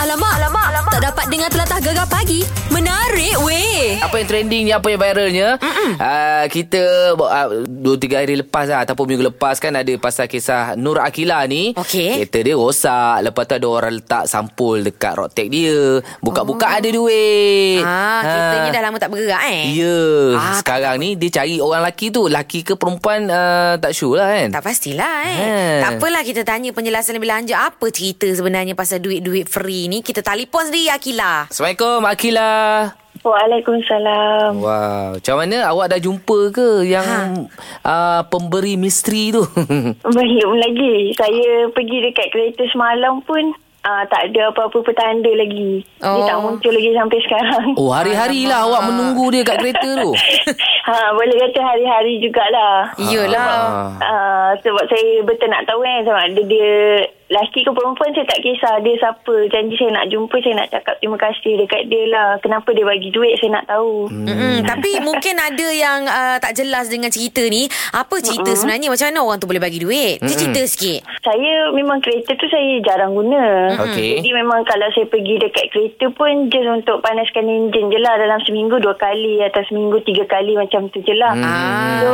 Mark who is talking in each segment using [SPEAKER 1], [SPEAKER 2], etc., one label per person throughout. [SPEAKER 1] alamak, alamak, alamak. Tak dapat dengar telatah gegar pagi. Menarik weh.
[SPEAKER 2] Apa yang trending ni Apa yang viralnya uh, Kita uh, Dua tiga hari lepas lah Ataupun minggu lepas kan Ada pasal kisah Nur Akila ni
[SPEAKER 1] Okey.
[SPEAKER 2] Kereta dia rosak Lepas tu ada orang letak Sampul dekat road tag dia Buka-buka oh. ada duit Ha.
[SPEAKER 3] Ah, kita ni dah lama tak bergerak eh.
[SPEAKER 2] Ya
[SPEAKER 3] Ah,
[SPEAKER 2] ah, Sekarang ni Dia cari orang lelaki tu Lelaki ke perempuan uh, Tak sure lah kan
[SPEAKER 3] Tak pastilah eh.
[SPEAKER 2] Eh.
[SPEAKER 3] Tak apalah kita tanya penjelasan lebih lanjut apa cerita sebenarnya pasal duit-duit free ni. Kita telefon sendiri Akila.
[SPEAKER 2] Assalamualaikum Akila
[SPEAKER 4] Waalaikumsalam.
[SPEAKER 2] Wow Macam mana awak dah jumpa ke Yang ha. uh, Pemberi misteri tu
[SPEAKER 4] Baik pun lagi. Saya pergi dekat kereta semalam pun uh, tak ada apa-apa petanda lagi. Oh. Dia
[SPEAKER 3] Oh.
[SPEAKER 4] tak muncul lagi sampai sekarang.
[SPEAKER 2] Oh hari-hari lah Awak menunggu dia kat kereta tu
[SPEAKER 4] ha, boleh kata hari-hari jugalah.
[SPEAKER 3] Iyalah.
[SPEAKER 2] Ah.
[SPEAKER 4] Uh, sebab saya betul nak tahu kan sama ada dia lelaki ke perempuan saya tak kisah dia siapa janji saya nak jumpa saya nak cakap terima kasih dekat dia lah kenapa dia bagi duit saya nak tahu hmm.
[SPEAKER 3] Mm-mm. Tapi mungkin ada yang uh, tak jelas dengan cerita ni. Apa cerita mm-hmm. sebenarnya? Macam mana orang tu boleh bagi duit? Dia cerita sikit.
[SPEAKER 4] Saya memang kereta tu saya jarang guna.
[SPEAKER 2] Okey.
[SPEAKER 4] Jadi memang kalau saya pergi dekat kereta pun just untuk panaskan enjin je lah dalam seminggu dua kali atau seminggu tiga kali macam tu je lah.
[SPEAKER 3] Ah.
[SPEAKER 4] So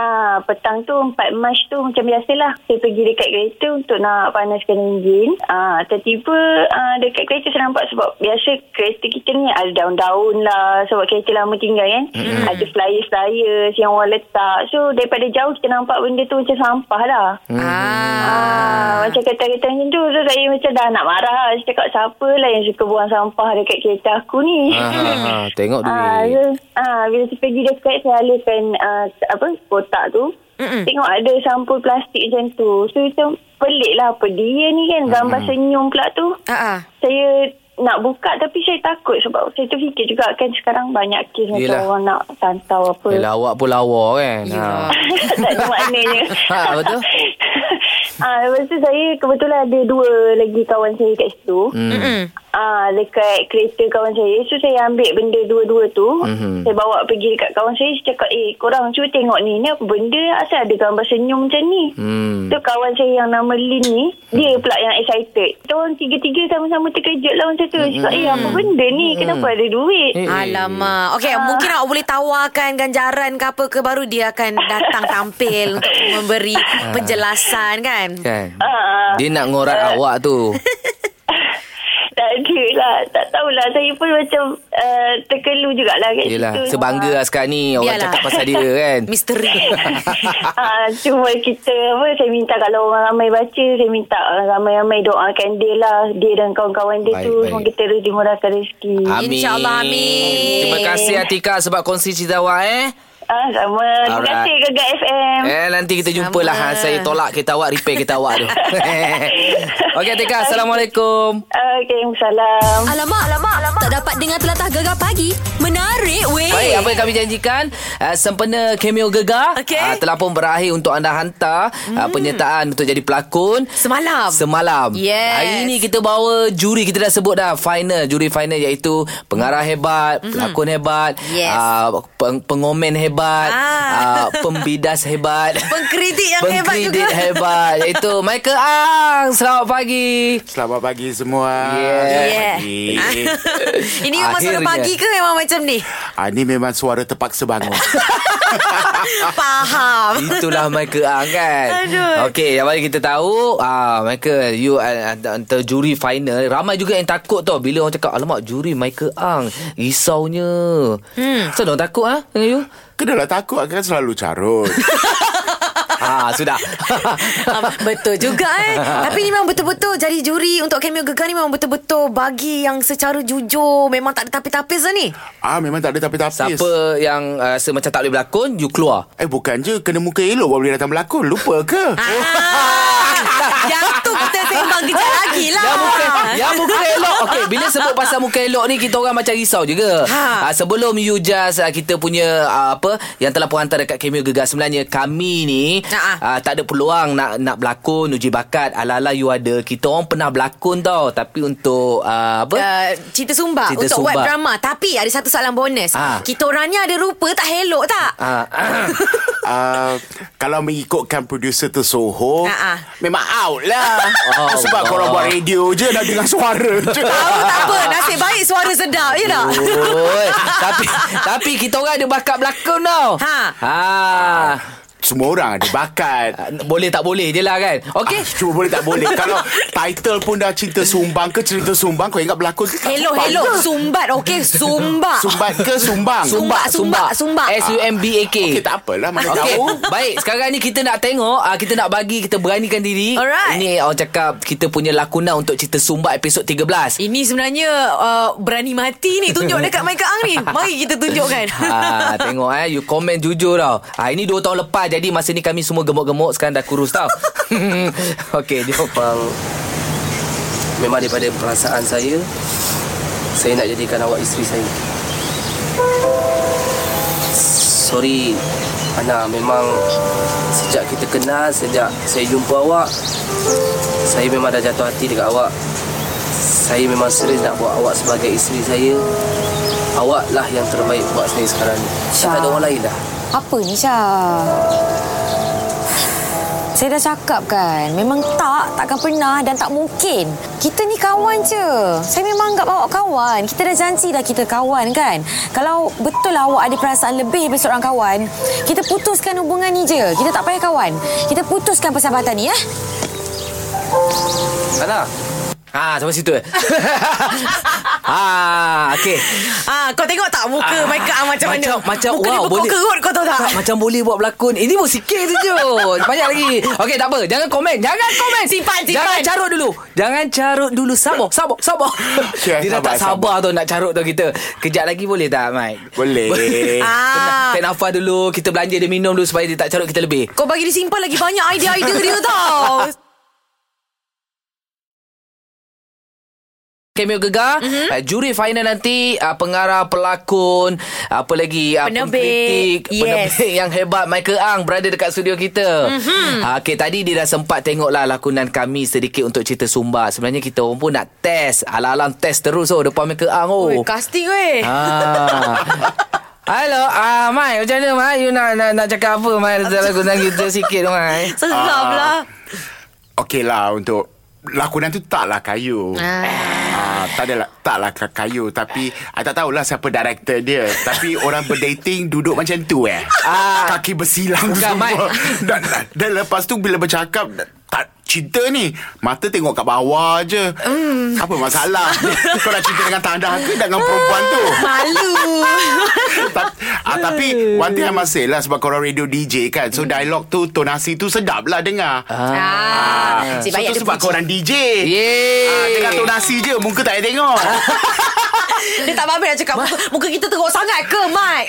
[SPEAKER 4] ah, petang tu 4 Mac tu macam biasalah. Saya pergi dekat kereta untuk nak panaskan enjin. Ah, tiba-tiba ah, dekat kereta saya nampak sebab biasa kereta kita ni ada daun-daun lah sebab kereta lama tinggal kan. Ada flyer-flyers yang orang letak. So daripada jauh kita nampak benda tu macam sampah lah. Ah,
[SPEAKER 3] Ah.
[SPEAKER 4] macam kereta-kereta macam tu So saya macam dah nak marah lah. Saya cakap siapa lah yang suka buang sampah dekat kereta aku ni
[SPEAKER 2] Ah, ah, ah, tengok
[SPEAKER 4] Ah,
[SPEAKER 2] duit.
[SPEAKER 3] ya
[SPEAKER 4] so, ah, bila saya pergi dekat Saya alihkan ah, apa, kotak tu
[SPEAKER 3] Mm-mm.
[SPEAKER 4] Tengok ada sampul plastik macam tu So macam pelik lah apa dia ni kan Gambar senyum pula tu
[SPEAKER 3] Ah. ah.
[SPEAKER 4] Saya nak buka tapi saya takut Sebab saya tu fikir juga kan Sekarang banyak kes macam
[SPEAKER 2] Yelah.
[SPEAKER 4] orang nak santau apa
[SPEAKER 2] Yelah awak pun lawa kan
[SPEAKER 3] Yelah.
[SPEAKER 4] tak ada maknanya.
[SPEAKER 2] Ha, betul.
[SPEAKER 4] Ah, lepas tu saya kebetulan ada dua lagi kawan saya kat situ. Hmm.
[SPEAKER 3] Mm-mm.
[SPEAKER 4] Ah, dekat kereta kawan saya. So saya ambil benda dua-dua tu.
[SPEAKER 2] Mhm.
[SPEAKER 4] Saya bawa pergi dekat kawan saya. Saya cakap, eh korang cuba tengok ni. Ni apa benda? Asal ada gambar senyum macam ni?
[SPEAKER 2] Hmm.
[SPEAKER 4] Tu kawan saya yang nama Lin ni, dia pula yang excited. Kita orang tiga-tiga sama-sama terkejut lah macam tu. Cakap,
[SPEAKER 2] Hmm.
[SPEAKER 4] eh apa benda ni? Kenapa ada duit?
[SPEAKER 2] Eh,
[SPEAKER 3] Alamak. Okey, mungkin awak boleh tawarkan ganjaran ke apa ke baru dia akan datang tampil untuk memberi penjelasan kan?
[SPEAKER 2] Kan
[SPEAKER 4] Ah.
[SPEAKER 2] Dia nak ngorat awak tu
[SPEAKER 4] Tak ada lah. Tak tahulah. Saya pun macam uh, terkelu jugalah kat
[SPEAKER 2] Yelah
[SPEAKER 4] situ.
[SPEAKER 2] Sebangga lah sekarang ni Orang
[SPEAKER 3] Biarlah.
[SPEAKER 2] cakap pasal dia kan
[SPEAKER 3] Misteri.
[SPEAKER 4] Ah, cuma kita apa saya minta kalau orang ramai baca saya minta orang ramai-ramai doakan dia lah dia dan kawan-kawan dia
[SPEAKER 2] Baik,
[SPEAKER 4] tu
[SPEAKER 2] baik. Ah.
[SPEAKER 4] baik. kita terus dimurahkan rezeki.
[SPEAKER 2] Amin
[SPEAKER 3] InsyaAllah, amin.
[SPEAKER 2] Terima kasih Atika Sebab kongsi cerita awak eh
[SPEAKER 4] Ah sama. Terima
[SPEAKER 2] Alright.
[SPEAKER 4] kasih Gegar FM.
[SPEAKER 2] Eh
[SPEAKER 3] Ya.
[SPEAKER 2] nanti kita jumpa lah Ha, Saya tolak kereta awak Repair kereta awak tu Okey Atika Assalamualaikum
[SPEAKER 4] Ah, Okay, salam.
[SPEAKER 1] Alamak, alamak, alamak. Tak dapat dengar telatah gegar pagi. Menarik weh.
[SPEAKER 2] Baik, apa yang kami janjikan uh, sempena cameo gegar
[SPEAKER 3] Okey.
[SPEAKER 2] uh, telah pun berakhir untuk anda hantar hmm. uh, penyertaan untuk jadi pelakon
[SPEAKER 3] Semalam.
[SPEAKER 2] semalam.
[SPEAKER 3] Yes.
[SPEAKER 2] Hari ini kita bawa juri kita dah sebut dah final, juri final iaitu pengarah hebat, mm-hmm. pelakon hebat,
[SPEAKER 3] Hmm. Yes.
[SPEAKER 2] uh, peng- pengomen hebat,
[SPEAKER 3] Ah.
[SPEAKER 2] uh, pembidas hebat.
[SPEAKER 3] Pengkritik yang hebat juga.
[SPEAKER 2] Pengkredit hebat Iaitu Michael Ang Selamat pagi
[SPEAKER 5] Selamat pagi semua.
[SPEAKER 2] Yeah.
[SPEAKER 3] Yeah.
[SPEAKER 5] Pagi.
[SPEAKER 3] Ini memang suara
[SPEAKER 2] Akhirnya.
[SPEAKER 3] pagi ke memang macam ni?
[SPEAKER 5] ah, ni memang suara terpaksa bangun.
[SPEAKER 3] Faham.
[SPEAKER 2] Itulah Michael Ang kan
[SPEAKER 3] Aduh.
[SPEAKER 2] Okey yang mana kita tahu ah, Michael You ah, ah, antara juri final Ramai juga yang takut tau Bila orang cakap Alamak juri Michael Ang Risaunya hmm. Kenapa orang takut ha? Dengan you
[SPEAKER 5] Kenalah takut kan selalu carut.
[SPEAKER 2] Ah sudah
[SPEAKER 3] Ah, betul juga eh Tapi ni memang betul-betul Jadi juri untuk cameo gegar ni Memang betul-betul Bagi yang secara jujur Memang tak ada tapis-tapis lah ni
[SPEAKER 5] ah memang tak ada tapi-tapi.
[SPEAKER 2] Siapa yang ah, rasa macam tak boleh berlakon You keluar
[SPEAKER 5] Eh bukan je kena muka elok baru boleh datang berlakon. Lupa ke?
[SPEAKER 3] ah, Yang tu kita sembang kejap lagi lah
[SPEAKER 2] Yang muka Yang muka elok Okey bila sebut pasal muka elok ni Kita orang macam risau juga
[SPEAKER 3] Ha.
[SPEAKER 2] ha. Sebelum you just ah, Kita punya ah, Apa Yang telah pun hantar dekat Cameo Gegar Sebenarnya kami ni
[SPEAKER 3] Ha.
[SPEAKER 2] ah, Tak ada peluang Nak nak berlakon Uji bakat Ala-ala you ada Kita orang pernah berlakon tau Tapi untuk ah, Apa
[SPEAKER 3] Uh, cerita Sumba
[SPEAKER 2] Cerita
[SPEAKER 3] Untuk
[SPEAKER 2] Sumba.
[SPEAKER 3] web drama Tapi ada satu soalan bonus
[SPEAKER 2] Ah.
[SPEAKER 3] Kita orang ni ada rupa tak helok tak?
[SPEAKER 2] Ah, ah.
[SPEAKER 5] Ah, kalau mengikutkan producer tu Soho,
[SPEAKER 3] Ah, Oh, ah.
[SPEAKER 5] memang out lah.
[SPEAKER 2] Allah.
[SPEAKER 5] Sebab korang buat radio je dah dengar suara je.
[SPEAKER 3] tahu tak apa. Nasib baik suara sedap, ya tak?
[SPEAKER 2] Oh. Oi, tapi tapi kita orang ada bakat berlakon tau.
[SPEAKER 3] Ha.
[SPEAKER 2] Ha.
[SPEAKER 5] Semua orang ada bakat
[SPEAKER 2] Boleh tak boleh je lah kan. Okey.
[SPEAKER 5] Okay. Ah, cuma boleh tak boleh Kalau title pun dah cerita sumbang ke Cerita sumbang Kau ingat berlakon ke?
[SPEAKER 3] Hello, hello. Sumbat, okey. Sumbat.
[SPEAKER 5] Sumbat ke sumbang?
[SPEAKER 3] Sum- Sumbak, Ah, sumbak, sumbak.
[SPEAKER 2] S U M B A K.
[SPEAKER 5] Okey tak apalah
[SPEAKER 2] Eh,
[SPEAKER 5] Mana
[SPEAKER 2] Okey,
[SPEAKER 5] tahu
[SPEAKER 2] baik. Sekarang ni kita nak tengok, uh, kita nak bagi, kita beranikan diri.
[SPEAKER 3] Alright.
[SPEAKER 2] Ini orang cakap kita punya lakonan untuk cerita Sumbat episod 13.
[SPEAKER 3] Ini sebenarnya uh, berani mati ni tunjuk dekat Michael Ang ni. Mari kita tunjukkan.
[SPEAKER 2] ha, tengok eh You komen jujur tau ha, Ini dua tahun lepas Jadi masa ni kami semua gemuk-gemuk Sekarang dah kurus tau Okey jom
[SPEAKER 6] Abang Memang daripada perasaan saya Saya nak jadikan awak isteri saya Sorry Ana memang Sejak kita kenal Sejak saya jumpa awak Saya memang dah jatuh hati dekat awak Saya memang serius nak buat awak sebagai isteri saya Awak lah yang terbaik buat saya sekarang ni Dah Tak ada orang lain dah
[SPEAKER 7] Apa ni Syah? Saya dah cakap kan, memang tak, takkan pernah dan tak mungkin. Kita ni kawan je. Saya memang anggap awak kawan. Kita dah janji dah kita kawan kan. Kalau betul lah awak ada perasaan lebih daripada seorang kawan, kita putuskan hubungan ni je. Kita tak payah kawan. Kita putuskan persahabatan ni, eh?
[SPEAKER 6] Ana
[SPEAKER 2] Ha sampai situ eh Ha okey
[SPEAKER 3] Ah, kau tengok tak muka ah, Michael Ang macam,
[SPEAKER 2] macam,
[SPEAKER 3] mana?
[SPEAKER 2] Macam
[SPEAKER 3] muka
[SPEAKER 2] wow,
[SPEAKER 3] dia berkok kerut kau tahu tak?
[SPEAKER 2] tak? Macam boleh buat berlakon Ini pun sikit je Jod. Banyak lagi Okey tak apa Jangan komen Jangan komen
[SPEAKER 3] Simpan, simpan.
[SPEAKER 2] Jangan carut dulu Jangan carut dulu Sabar Sabar Sabar
[SPEAKER 5] Okay,
[SPEAKER 2] Dia dah tak
[SPEAKER 5] sabar,
[SPEAKER 2] sabar, tu Nak carut tu kita Kejap lagi boleh tak Mike
[SPEAKER 5] Boleh.
[SPEAKER 2] ah. Tarik nafas dulu Kita belanja dia minum dulu Supaya dia tak carut kita lebih
[SPEAKER 3] Kau bagi dia simpan lagi banyak idea-idea dia tau.
[SPEAKER 2] Cameo Gegar
[SPEAKER 3] Mhm.
[SPEAKER 2] mm-hmm. uh, Juri final nanti uh, Pengarah, pelakon Apa lagi uh,
[SPEAKER 3] Penerbit.
[SPEAKER 2] pengkritik,
[SPEAKER 3] Yes.
[SPEAKER 2] Penerbit yang hebat Michael Ang berada dekat studio kita
[SPEAKER 3] Mhm.
[SPEAKER 2] mm-hmm. uh, Okay tadi dia dah sempat tengoklah Lakonan kami sedikit untuk cerita Sumba Sebenarnya kita orang pun nak test Alang-alang test terus oh Depan Michael Ang oh
[SPEAKER 3] Oi, casting weh.
[SPEAKER 2] Ah. Hello, ah, Mai, macam mana Mai? You nak, nak, nak cakap apa Mai? Dalam lakonan kita sikit Mai.
[SPEAKER 3] Seram lah.
[SPEAKER 5] Okey lah untuk Lakonan tu taklah kayu ah. Ah, Tak adalah Taklah ka- kayu Tapi I tak tahulah siapa director dia Tapi orang berdating Duduk macam tu eh
[SPEAKER 2] Ah.
[SPEAKER 5] Kaki bersilang
[SPEAKER 2] Bukan,
[SPEAKER 5] semua
[SPEAKER 2] Mat.
[SPEAKER 5] dan, dan lepas tu Bila bercakap tak, Cinta ni Mata tengok kat bawah je
[SPEAKER 2] Hmm.
[SPEAKER 5] mm. Apa masalah Kau nak cinta dengan tanah ke Dengan perempuan tu
[SPEAKER 3] Malu.
[SPEAKER 5] Ta- ah, Tapi One thing I must say lah Sebab korang radio DJ kan So dialog tu Tonasi tu sedap lah dengar
[SPEAKER 3] Ah,
[SPEAKER 5] So tu sebab korang DJ
[SPEAKER 2] Yeay.
[SPEAKER 5] Ah, Tengah tu nasi je Muka tak payah tengok
[SPEAKER 3] Dia tak faham nak cakap muka, muka kita teruk sangat ke Mike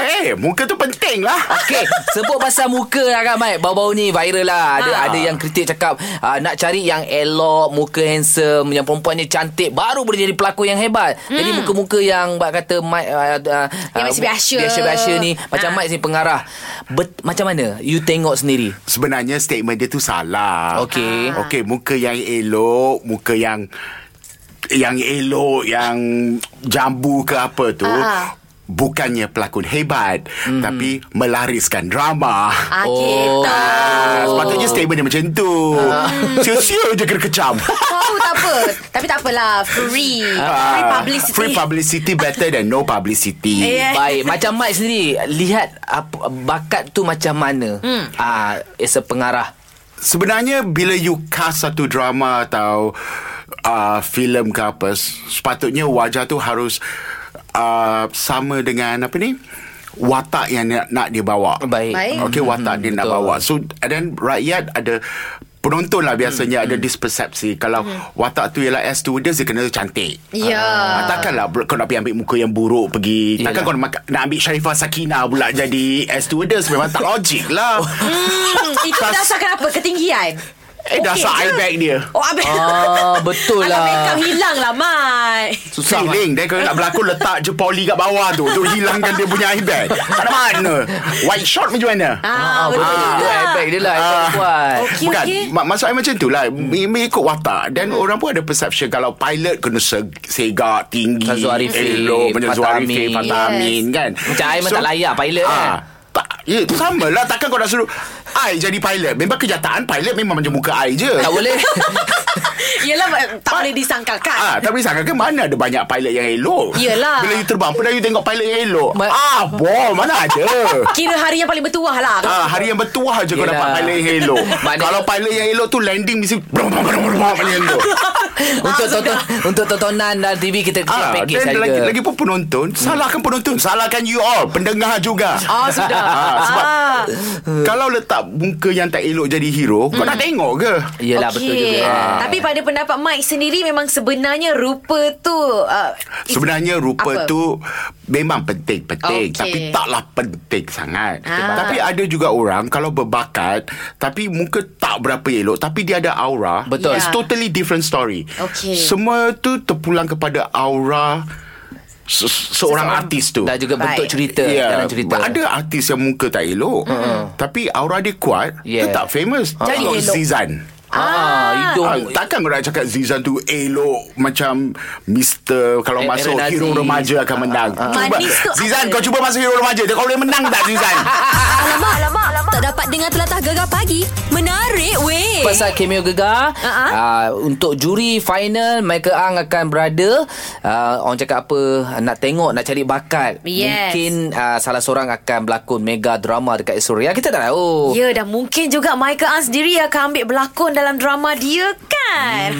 [SPEAKER 5] Eh muka tu penting lah
[SPEAKER 2] Okey, sebut pasal muka lah kan, Mat. Bau-bau ni viral lah.
[SPEAKER 3] Ah.
[SPEAKER 2] Ada ha. ada yang kritik cakap uh, nak cari yang elok, muka handsome, yang perempuannya cantik baru boleh jadi pelakon yang hebat. Hmm. Jadi muka-muka yang Mat kata Mat uh, uh,
[SPEAKER 3] Yang
[SPEAKER 2] uh,
[SPEAKER 3] macam biasa.
[SPEAKER 2] Biasa-biasa ni macam
[SPEAKER 3] Ha.
[SPEAKER 2] Mat ni pengarah. Bet, macam mana? You tengok sendiri.
[SPEAKER 5] Sebenarnya statement dia tu salah Ah.
[SPEAKER 2] Okey.
[SPEAKER 5] Okey muka yang elok Muka yang Yang elok Yang jambu ke apa tu
[SPEAKER 3] Ah.
[SPEAKER 5] Bukannya pelakon hebat mm. Tapi melariskan drama
[SPEAKER 3] Hmm. ah, Kita
[SPEAKER 5] Ah,
[SPEAKER 3] Oh.
[SPEAKER 5] sepatutnya statement dia macam tu.
[SPEAKER 3] Ah.
[SPEAKER 5] Siu-siu je kena kecam.
[SPEAKER 3] Tahu tak apa Tapi tak apalah Free Free
[SPEAKER 5] Ah,
[SPEAKER 3] publicity Eh, ya,
[SPEAKER 5] Free publicity better than no publicity.
[SPEAKER 3] Yeah.
[SPEAKER 2] Baik, macam Mat sendiri lihat apa, bakat tu macam mana? Hmm. Ah, as a pengarah.
[SPEAKER 5] Sebenarnya bila you cast satu drama atau uh, filem ke apa, sepatutnya wajah tu harus uh, sama dengan apa ni? Watak yang nak, nak dia bawa.
[SPEAKER 2] Baik. Hmm,
[SPEAKER 3] Baik.
[SPEAKER 5] Okey watak dia nak
[SPEAKER 2] betul.
[SPEAKER 5] bawa. So and then rakyat ada penonton lah
[SPEAKER 2] Hmm,
[SPEAKER 5] biasanya ada dispersepsi kalau watak tu ialah as students dia kena cantik.
[SPEAKER 3] Hmm. Ya.
[SPEAKER 5] Ah, takkanlah ber- kau nak pergi ambil muka yang buruk pergi.
[SPEAKER 2] Ya.
[SPEAKER 5] Takkan kau nak, mak- nak ambil Sharifah Sakina pula jadi as students memang tak logik lah.
[SPEAKER 3] Hmm, Itu
[SPEAKER 5] Tas-
[SPEAKER 3] dasar kenapa Ketinggian
[SPEAKER 5] eh dasar
[SPEAKER 3] Okey
[SPEAKER 5] eye
[SPEAKER 3] je.
[SPEAKER 5] bag dia.
[SPEAKER 3] Oh abis
[SPEAKER 2] Ah, betul
[SPEAKER 3] Alah
[SPEAKER 2] lah.
[SPEAKER 3] makeup hilang lah Mike
[SPEAKER 5] Susah Feeling Dia kalau nak berlakon Letak je poli kat bawah tu Untuk hilangkan dia punya eye bag Tak ada mana White shot macam mana
[SPEAKER 3] Ah, betul
[SPEAKER 2] Itu
[SPEAKER 3] juga.
[SPEAKER 2] airbag dia lah. Airbag
[SPEAKER 5] Ah.
[SPEAKER 2] kuat.
[SPEAKER 3] Okey,
[SPEAKER 5] Bukan
[SPEAKER 3] okey.
[SPEAKER 5] ma- Maksud saya macam tu lah hmm. Mengikut watak Dan hmm. orang pun ada perception Kalau pilot kena se- segak Tinggi
[SPEAKER 2] Macam Zuharifi,
[SPEAKER 5] Elok Macam
[SPEAKER 2] Fatah
[SPEAKER 5] Zuharifi
[SPEAKER 2] Amin.
[SPEAKER 5] Fatah Amin kan ah,
[SPEAKER 2] Macam I memang tak layak pilot kan.
[SPEAKER 5] tak, ya, sama lah Takkan kau nak suruh I jadi pilot Memang kenyataan pilot Memang macam muka I je
[SPEAKER 2] Tak boleh
[SPEAKER 3] Yelah tak boleh disangkakan
[SPEAKER 5] Ah, tapi sangka ke mana ada banyak pilot yang elok
[SPEAKER 3] Yelah.
[SPEAKER 5] Bila you terbang pun dah you tengok pilot yang elok
[SPEAKER 2] Ma-
[SPEAKER 5] Ah boh mana ada
[SPEAKER 3] Kira hari yang paling bertuah lah
[SPEAKER 5] Ah, hari yang bertuah je kau
[SPEAKER 2] Yelah.
[SPEAKER 5] dapat pilot yang elok
[SPEAKER 2] Maknanya-
[SPEAKER 5] Kalau pilot yang elok tu landing mesti brum, brum, brum, brum, Macam tu
[SPEAKER 2] Untuk tonton Untuk tontonan dan TV Kita kena
[SPEAKER 5] Ah,
[SPEAKER 2] package
[SPEAKER 5] dan
[SPEAKER 2] harga
[SPEAKER 5] lagi, lagi pun penonton Salahkan penonton Salahkan you all Pendengar juga
[SPEAKER 3] Hmm. Ah sudah
[SPEAKER 5] Ah, sebab
[SPEAKER 3] ah.
[SPEAKER 5] Kalau letak muka yang tak elok jadi hero Kau
[SPEAKER 3] Hmm.
[SPEAKER 5] nak tengok ke?
[SPEAKER 2] Yelah betul juga
[SPEAKER 5] Ah.
[SPEAKER 3] Tapi pada pendapat Mike sendiri Memang sebenarnya rupa tu uh,
[SPEAKER 5] Sebenarnya rupa
[SPEAKER 3] Apa?
[SPEAKER 5] tu memang penting-penting
[SPEAKER 3] Okey.
[SPEAKER 5] okay. tapi taklah penting sangat.
[SPEAKER 3] Ah.
[SPEAKER 5] Tapi ada juga orang kalau berbakat tapi muka tak berapa elok tapi dia ada aura.
[SPEAKER 2] Betul.
[SPEAKER 5] It's
[SPEAKER 3] Ya.
[SPEAKER 5] totally different story.
[SPEAKER 3] Okey.
[SPEAKER 5] Semua tu terpulang kepada aura se- seorang artis tu.
[SPEAKER 2] Dan juga bentuk
[SPEAKER 3] Baik.
[SPEAKER 2] cerita
[SPEAKER 5] Ya.
[SPEAKER 2] Dalam cerita
[SPEAKER 5] Ada artis yang muka tak elok Tapi aura dia kuat
[SPEAKER 2] Yeah.
[SPEAKER 5] Dia tak famous
[SPEAKER 3] Jadi
[SPEAKER 5] Tengok
[SPEAKER 3] elok.
[SPEAKER 5] Zizan
[SPEAKER 2] Ah, hidung
[SPEAKER 5] Ah, takkan kau nak cakap Zizan tu elok Macam Mr. Kalau
[SPEAKER 2] Eh,
[SPEAKER 5] masuk
[SPEAKER 2] Aaron
[SPEAKER 5] Hero
[SPEAKER 2] Aziz.
[SPEAKER 5] Remaja akan menang cuba,
[SPEAKER 3] Manis tu
[SPEAKER 5] Zizan
[SPEAKER 3] apa?
[SPEAKER 5] kau cuba masuk Hero Remaja Kau boleh menang tak Zizan
[SPEAKER 1] Alamak, alamak, alamak. Tak dapat dengar telatah gegar pagi. Menarik weh.
[SPEAKER 2] Pasal cameo gegar
[SPEAKER 3] Ah,
[SPEAKER 2] uh-huh. uh, Untuk juri final Michael Ang akan berada uh, Orang cakap apa Nak tengok Nak cari bakat
[SPEAKER 3] Yes.
[SPEAKER 2] Mungkin uh, Salah seorang akan berlakon Mega drama dekat Suria Kita tak tahu
[SPEAKER 3] Ya dan mungkin juga Michael Ang sendiri Akan ambil berlakon dalam drama dia kan
[SPEAKER 5] Hmm.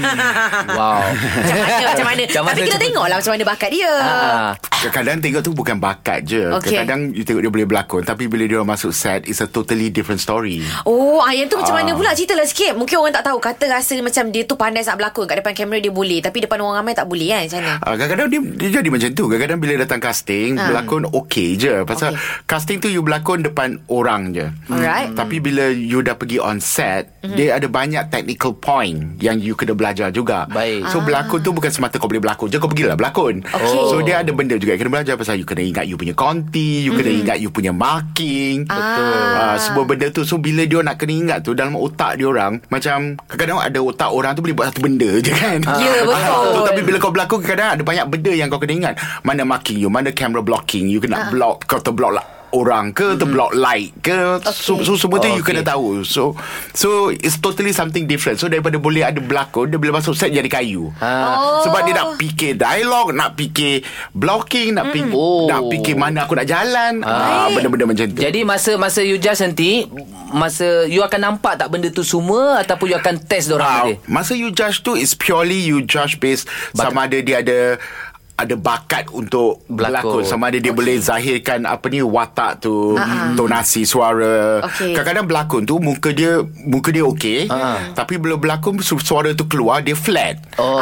[SPEAKER 2] Wow
[SPEAKER 3] Macam mana, macam mana. Tapi kita tengoklah macam mana bakat dia
[SPEAKER 2] uh,
[SPEAKER 5] Kadang-kadang tengok tu bukan bakat je
[SPEAKER 3] Okey.
[SPEAKER 5] Kadang-kadang you tengok dia boleh berlakon Tapi bila dia orang masuk set It's a totally different story
[SPEAKER 3] Oh, ah, yang tu macam mana pula? Ceritalah sikit. Mungkin orang tak tahu. Kata rasa macam dia tu pandai nak berlakon. Kat depan kamera dia boleh. Tapi depan orang ramai tak boleh kan? Macam mana?
[SPEAKER 5] Ah, Kadang-kadang dia, dia jadi macam tu Kadang-kadang bila datang casting ha. Berlakon okey je Pasal
[SPEAKER 3] Ah. Okey.
[SPEAKER 5] okay. casting tu You berlakon depan orang je
[SPEAKER 3] Alright. Mhm.
[SPEAKER 5] Tapi bila you dah pergi on set mm-hmm. Dia ada banyak technical point Yang you kena belajar juga
[SPEAKER 2] Baik.
[SPEAKER 5] So berlakon tu bukan semata kau boleh berlakon je Kau pergilah berlakon
[SPEAKER 3] Okey.
[SPEAKER 5] So dia ada benda juga yang kena belajar Pasal you kena ingat you punya konti You kena
[SPEAKER 3] Mhm.
[SPEAKER 5] ingat you punya marking Betul ah. Semua benda tu So bila dia nak kena ingat tu Dalam otak dia orang Macam kadang-kadang ada otak orang tu Boleh buat satu benda je kan
[SPEAKER 3] Ya, betul.
[SPEAKER 5] So, tapi bila kau berlakon kadang-kadang ada banyak benda yang kau kena ingat. Mana marking you, mana camera blocking, you kena block, kau terblock lah orang ke terblock light ke so, so semua tu
[SPEAKER 2] Oh,
[SPEAKER 5] you
[SPEAKER 2] okay.
[SPEAKER 5] kena tahu so so it's totally something different so daripada boleh ada berlakon dia bila masuk set jadi kayu Oh.
[SPEAKER 3] Ah.
[SPEAKER 5] sebab dia nak fikir dialog nak fikir blocking nak fikir
[SPEAKER 2] Oh.
[SPEAKER 5] nak fikir mana aku nak jalan ah. benda-benda macam tu
[SPEAKER 2] Jadi masa masa you judge nanti Masa you akan nampak tak benda tu semua Ataupun you akan test dorang
[SPEAKER 5] Ah,
[SPEAKER 2] nanti
[SPEAKER 5] Masa you judge tu Is purely you judge based
[SPEAKER 2] Bakat.
[SPEAKER 5] Sama ada dia ada ada bakat untuk
[SPEAKER 2] Berlakon.
[SPEAKER 5] berlakon, sama ada dia okay. boleh zahirkan apa ni watak tu uh-huh. tonasi suara
[SPEAKER 3] Ah, Okey.
[SPEAKER 5] kadang-kadang berlakon tu muka dia muka dia okey uh-huh. tapi bila berlakon su- suara tu keluar dia flat oh.